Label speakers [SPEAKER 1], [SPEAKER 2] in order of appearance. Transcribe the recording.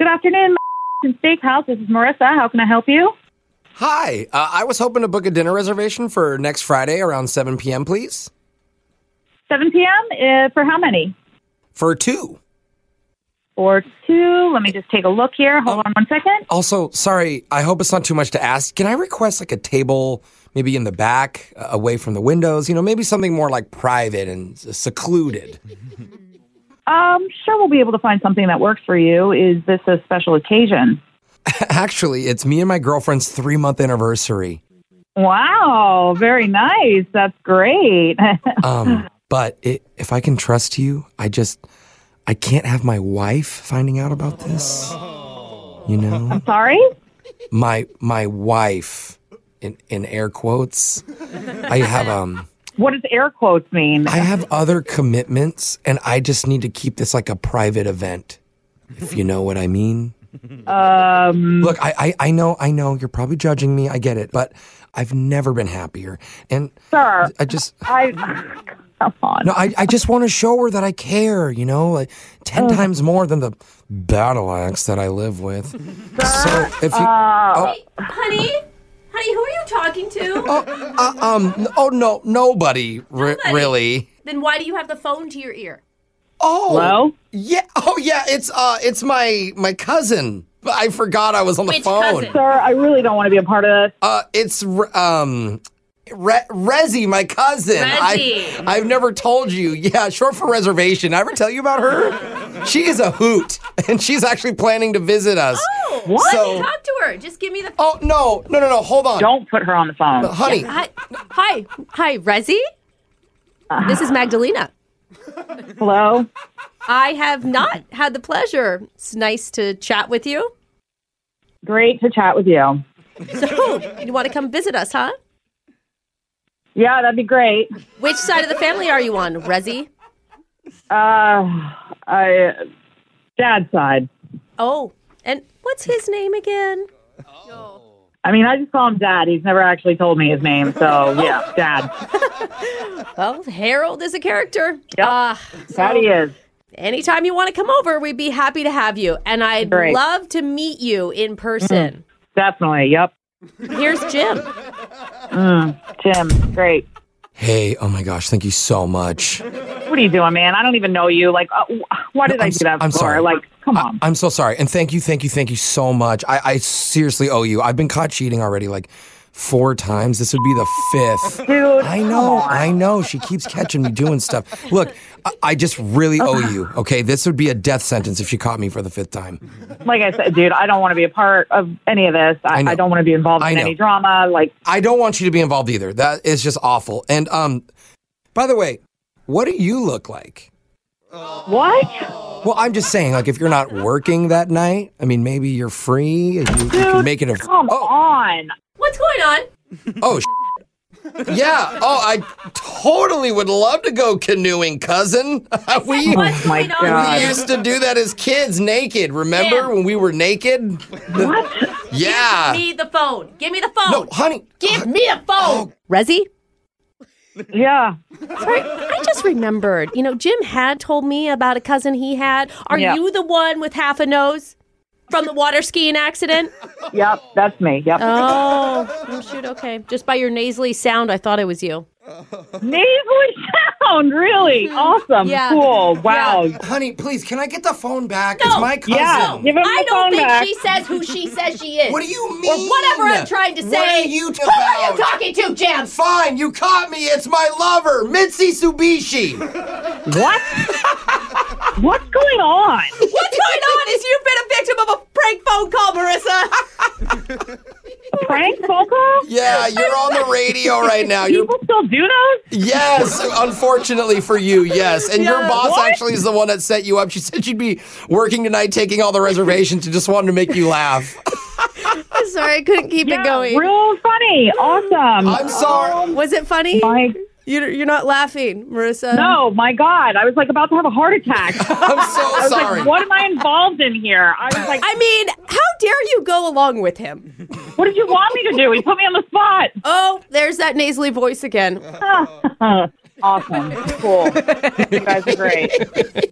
[SPEAKER 1] afternoon, Steakhouse. This is Marissa. How can I help you?
[SPEAKER 2] Hi, uh, I was hoping to book a dinner reservation for next Friday around 7 p.m., please.
[SPEAKER 1] 7 p.m. Uh, for how many?
[SPEAKER 2] For two.
[SPEAKER 1] For two. Let me just take a look here. Hold on one second.
[SPEAKER 2] Also, sorry, I hope it's not too much to ask. Can I request like a table maybe in the back, uh, away from the windows? You know, maybe something more like private and secluded.
[SPEAKER 1] Um, sure, we'll be able to find something that works for you. Is this a special occasion?
[SPEAKER 2] Actually, it's me and my girlfriend's three month anniversary.
[SPEAKER 1] Wow, very nice. That's great.
[SPEAKER 2] Um, but i if I can trust you, I just I can't have my wife finding out about this. You know,
[SPEAKER 1] Sorry?
[SPEAKER 2] my my wife in in air quotes. I have um
[SPEAKER 1] What does air quotes mean?
[SPEAKER 2] I have other commitments, and I just need to keep this like a private event, if you know what I mean. Um, Look, I, I, I know, I know, you're probably judging me. I get it, but I've never been happier, and
[SPEAKER 1] Sir,
[SPEAKER 2] I just,
[SPEAKER 1] I. Come on.
[SPEAKER 2] no, I, I just want to show her that I care. You know, like ten times more than the battle axe that I live with. So if you,
[SPEAKER 3] Hey, honey, honey, who are you talking to?
[SPEAKER 1] Oh.
[SPEAKER 2] uh, um, n- oh no, nobody, r- really.
[SPEAKER 3] Then why do you have the phone to your ear?
[SPEAKER 2] Oh,
[SPEAKER 1] Hello?
[SPEAKER 2] Yeah. Oh, yeah. It's uh, it's my my cousin. I forgot I was on the
[SPEAKER 3] Which
[SPEAKER 2] phone.
[SPEAKER 3] cousin?
[SPEAKER 1] Sir, I really don't want to be a part of this.
[SPEAKER 2] Uh, it's Re- um, Re- Rezzy, my cousin.
[SPEAKER 3] Rezzy.
[SPEAKER 2] I, I've never told you. Yeah, short for reservation. I ever tell you about her? she is a hoot, and she's actually planning to visit us.
[SPEAKER 3] Oh,
[SPEAKER 1] What?
[SPEAKER 3] Let me talk to her. Just give me the.
[SPEAKER 2] Oh no, no, no, no! Hold on,
[SPEAKER 1] Don't put her on the phone.
[SPEAKER 2] honey.
[SPEAKER 3] Hi, hi, hi, Rezi. This is Magdalena.
[SPEAKER 1] Hello?
[SPEAKER 3] I have not had the pleasure. It's nice to chat with you.
[SPEAKER 1] Great to chat with you.
[SPEAKER 3] So, you want to come visit us, huh?
[SPEAKER 1] Yeah, that'd be great.
[SPEAKER 3] Which side of the family are you on, Rezi?
[SPEAKER 1] Uh, I, dad's side.
[SPEAKER 3] Oh, and what's his name again?
[SPEAKER 1] I mean, I just call him Dad. He's never actually told me his name, so yeah, Dad.
[SPEAKER 3] Well, Harold is a character. Ah,
[SPEAKER 1] That he is.
[SPEAKER 3] anytime you want to come over, we'd be happy to have you. And I'd
[SPEAKER 1] Great.
[SPEAKER 3] love to meet you in person.
[SPEAKER 1] Definitely. Yep.
[SPEAKER 3] Here's Jim.
[SPEAKER 1] Jim, great.
[SPEAKER 2] Hey, oh my gosh, thank you so much.
[SPEAKER 1] What are you doing, man? I don't even know you. Like, uh, wh- why did
[SPEAKER 2] No,
[SPEAKER 1] I
[SPEAKER 2] I'm
[SPEAKER 1] do
[SPEAKER 2] s-
[SPEAKER 1] that for?
[SPEAKER 2] I'm sorry.
[SPEAKER 1] Like, come on.
[SPEAKER 2] I'm so sorry, and thank you, thank you, thank you so much. I, I seriously owe you. I've been caught cheating already, like four times. This would be the fifth.
[SPEAKER 1] Dude,
[SPEAKER 2] I know, I know. She keeps catching me doing stuff. Look, I, I just really owe you. Okay, this would be a death sentence if she caught me for the fifth time.
[SPEAKER 1] like I said, dude, I don't want to be a part of any of this. I,
[SPEAKER 2] I know.
[SPEAKER 1] I, don't want to be involved
[SPEAKER 2] I
[SPEAKER 1] in
[SPEAKER 2] know.
[SPEAKER 1] any drama. Like,
[SPEAKER 2] I don't want you to be involved either. That is just awful. And um, by the way, what do you look like?
[SPEAKER 1] what?
[SPEAKER 2] Well, I'm just saying, like, if you're not working that night, I mean, maybe you're free. and You, you can make it a.
[SPEAKER 1] Come
[SPEAKER 2] oh,
[SPEAKER 1] on.
[SPEAKER 3] What's going on?
[SPEAKER 2] oh, shit. yeah. Oh, I totally would love to go canoeing, cousin. we.
[SPEAKER 3] What's
[SPEAKER 1] my
[SPEAKER 3] going on?
[SPEAKER 1] God.
[SPEAKER 2] We used to do that as kids, naked. Remember
[SPEAKER 3] Yeah.
[SPEAKER 2] when we were naked?
[SPEAKER 1] What?
[SPEAKER 3] Give
[SPEAKER 2] Yeah.
[SPEAKER 3] me the phone. Give me the phone.
[SPEAKER 2] No, honey.
[SPEAKER 3] Give me a phone. Oh. Rezi?
[SPEAKER 1] Yeah.
[SPEAKER 3] Sorry, I just remembered. You know, Jim had told me about a cousin he had. Are
[SPEAKER 1] Yeah.
[SPEAKER 3] you the one with half a nose from the water skiing accident?
[SPEAKER 1] Yep. That's me. Yep.
[SPEAKER 3] Oh, oh shoot. Okay. Just by your nasally sound, I thought it was you.
[SPEAKER 1] Nasally sound. Really awesome.
[SPEAKER 3] Yeah.
[SPEAKER 1] Cool. Wow.
[SPEAKER 2] Honey, please, can I get the phone back? It's my cousin.
[SPEAKER 1] Yeah, give him
[SPEAKER 3] I
[SPEAKER 1] the
[SPEAKER 3] don't
[SPEAKER 1] phone
[SPEAKER 3] think
[SPEAKER 1] back.
[SPEAKER 3] she says who she says she is.
[SPEAKER 2] What do you mean?
[SPEAKER 3] Or whatever I'm trying to say.
[SPEAKER 2] What are you
[SPEAKER 3] who are you
[SPEAKER 2] about?
[SPEAKER 3] talking to, Jim?
[SPEAKER 2] Fine, you caught me. It's my lover, Mitzi Subishi.
[SPEAKER 1] What? What's going on?
[SPEAKER 3] What's going on is you've been a victim of a prank phone call, Marissa.
[SPEAKER 1] Prank phone call?
[SPEAKER 2] Yeah, you're on the radio right now. You're
[SPEAKER 1] People still do those?
[SPEAKER 2] yes, unfortunately for you, yes. And your
[SPEAKER 3] Yeah,
[SPEAKER 2] boss
[SPEAKER 1] what?
[SPEAKER 2] actually is the one that set you up. She said she'd be working tonight, taking all the reservations, and just wanted to make you laugh.
[SPEAKER 3] Sorry, I couldn't keep it going.
[SPEAKER 1] Real funny. Awesome.
[SPEAKER 2] I'm sorry.
[SPEAKER 3] was it funny?
[SPEAKER 1] my
[SPEAKER 3] You're, you're not laughing, Marissa.
[SPEAKER 1] no, my God. I was like about to have a heart attack. I
[SPEAKER 2] I'm so
[SPEAKER 1] was
[SPEAKER 2] sorry.
[SPEAKER 1] like, what am I involved in here? I was like,
[SPEAKER 3] I mean, how dare you go along with him?
[SPEAKER 1] what did you want me to do? He put me on the spot.
[SPEAKER 3] Oh, there's that nasally voice again.
[SPEAKER 1] awesome. Cool. You guys are great.